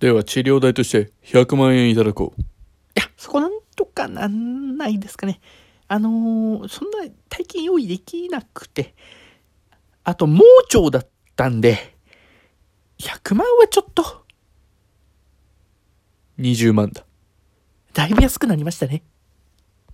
では治療代として100万円いただこう。いや、そこなんとかなんないですかね。あのーそんな大金用意できなくて、あと、盲腸だったんで、100万はちょっと、 20万だ。だいぶ安くなりましたね。